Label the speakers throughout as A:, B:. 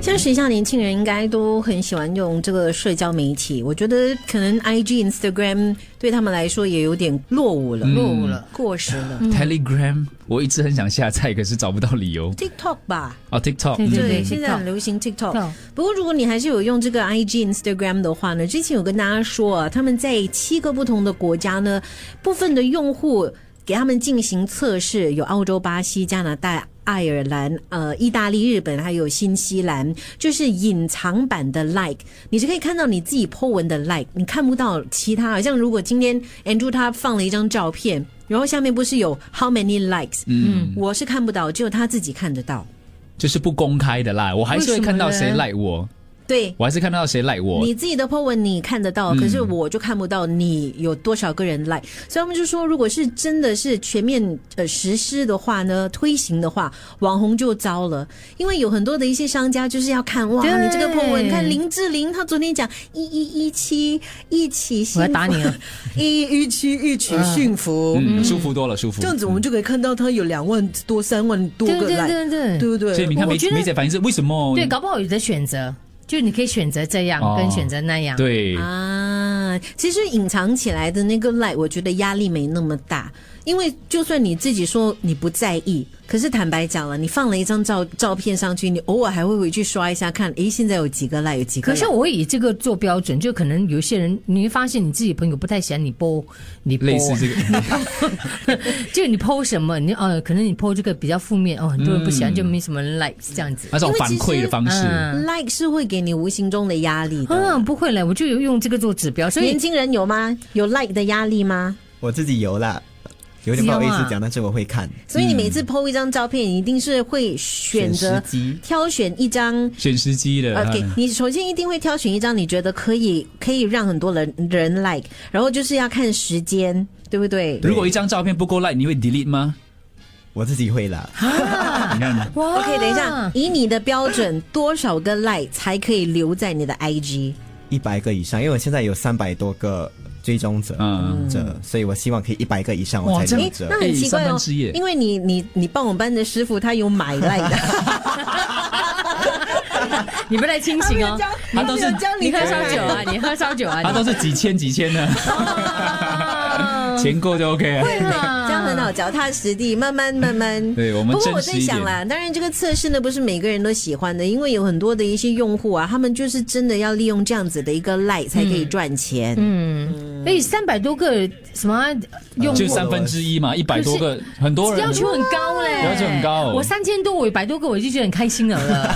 A: 像时下年轻人应该都很喜欢用这个社交媒体，我觉得可能 I G、Instagram 对他们来说也有点落伍了，嗯
B: 落伍了，
A: 过时了。
C: 嗯
B: Telegram，我一直很想下载，可是找不到理由。
A: TikTok 吧，
B: 哦，TikTok，
A: 对
B: 嗯
C: 对
A: 现在
C: TikTok
A: 很流行 TikTok
C: 跳。
A: 不过如果你还是有用这个 IG、Instagram 的话呢，之前有跟大家说啊，他们在七个不同的国家呢，部分的用户给他们进行测试，有澳洲、巴西、加拿大。爱尔兰、呃，意大利、日本，还有新西兰，就是隐藏版的 like，你只可以看到你自己 po 文的 like，你看不到其他。像如果今天 Andrew 他放了一张照片，然后下面不是有 how many likes，嗯，我是看不到，只有他自己看得到。
B: 就是不公开的啦，我还是会看到谁
C: 为什么
B: like 我，
A: 对，
B: 我还是看到谁 like 我。
A: 你自己的 po 文你看得
C: 嗯
A: 到，可是我就看不到你有多少个人 like，、所以他们就说，如果是真的是全面呃实施的话呢，推行的话，网红就糟了，因为有很多的一些商家就是要看哇，
C: 对
A: 你这个 po 文，你看林志玲她昨天讲一一一七一起幸福，
C: 我要打你啊嗯了，
A: 一一七一起幸福，
B: 嗯，舒服多了，舒服。
A: 这样子我们就可以看到她有两万多、三万多
C: 对
A: 个
C: 对
A: like，
C: 对对
A: 对不对？
B: 所以你看
C: 我
B: 梅
C: 觉得
B: 梅姐反应是为什么？
C: 对，搞不好有的选择，就你可以选择这样，
B: 哦
C: 跟选择那样。
B: 对
A: 啊，其实隐藏起来的那个 like，我觉得压力没那么大，因为就算你自己说你不在意，可是坦白讲了，你放了一张照照片上去，你偶尔还会回去刷一下，看，诶，现在有几个 like，有几个
C: 可
A: like。
C: 是我会以这个做标准，就可能有些人，你会发现你自己朋友不太喜欢你 po，你 po，
B: 类似这
C: 哦
B: 个，
C: 就你 po 什么，你呃，可能你 po 这个比较负面哦，很多人不喜欢，就没什么 like 这样子。
B: 那种反馈的方式。
C: 嗯
A: like 是会给你无形中的压力
B: 哎
A: 的。
C: 嗯，不会了，我就有用这个做指标，所 以
A: 年轻人有吗？有 like 的压力吗？
D: 我自己有啦，有点不好意思讲，但是我会看，
A: 所以你每次 PO 一张照片，你一定是会嗯选择
D: 选时机
A: 挑选一张
B: 选时机的，
A: OK，
B: 嗯
A: 你首先一定会挑选一张你觉得可以可以让很多人人 like，然后就是要看时间，对不对？
B: 如果一张照片不够 like，你会 delete 吗？
D: 我自己会啦。
B: 你看，
C: 哇
A: OK，等一下，，以你的标准，多少个 like 才可以留在你的 IG？
D: 一百个以上，因为我现在有三百多个追踪者，
B: 嗯
D: 者，所以我希望可以一百个以上
B: 哇
D: 我才
B: 这样
D: 留
A: 诶，
D: 着
A: 那。很奇怪
B: 哎三
A: 哦
B: 分之一，
A: 因为你你你帮我们班的师傅他有买 like 的，
C: 你不太清醒哦，
B: 他都是
C: 你喝烧酒啊，你喝烧酒啊，
B: 他都是几千几千的，
C: 哦
B: 钱够就 OK 啊了。
A: 这样很好，脚踏实地，慢慢慢慢。
B: 对我们
A: 不过我在
B: 正式一点
A: 想啦，当然这个测试呢不是每个人都喜欢的，因为有很多的一些用户啊，他们就是真的要利用这样子的一个 like 才可以赚钱。
C: 嗯，哎，三百多个什么啊用户
B: 呃就三分之一嘛，一百多个，很多人
C: 要求很高嘞、
B: 要求很高
C: 我三千多，我一百多个，我就觉得很开心了了。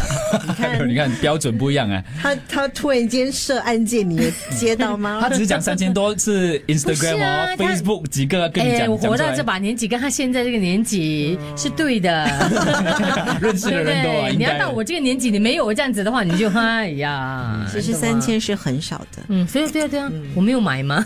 B: 你看标准不一样哎、
A: 他他突然间设案件，你也接到吗？
B: 他只是讲三千多是 Instagram
C: 不是
B: 哦、
C: 啊他
B: Facebook 几个 跟你
C: 哎，
B: 讲，
C: 我
B: 讲
C: 活
B: 出
C: 到
B: 来
C: 这把年纪，跟他现在这个年纪是对的，
B: 认识
C: 对
B: 的
C: 不
B: 人多啊，
C: 对？
B: 应
C: 你
B: 该
C: 要到我这个年纪，你没有我这样子的话，你就哎呀，
B: 嗯
A: 其实
C: 你懂
A: 三
C: 吗。
A: 千是很少的。
C: 嗯，所以对啊对啊，我没有买吗？